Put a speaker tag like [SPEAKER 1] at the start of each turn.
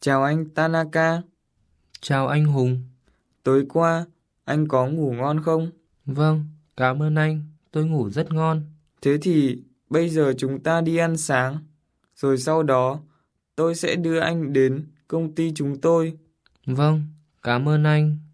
[SPEAKER 1] Chào anh Tanaka,
[SPEAKER 2] Chào anh Hùng.
[SPEAKER 1] tối qua anh có ngủ ngon không?
[SPEAKER 2] Vâng, cảm ơn anh. Tôi ngủ rất ngon.
[SPEAKER 1] Thế thì bây giờ chúng ta đi ăn sáng, rồi sau đó tôi sẽ đưa anh đến công ty chúng tôi.
[SPEAKER 2] Vâng, cảm ơn anh.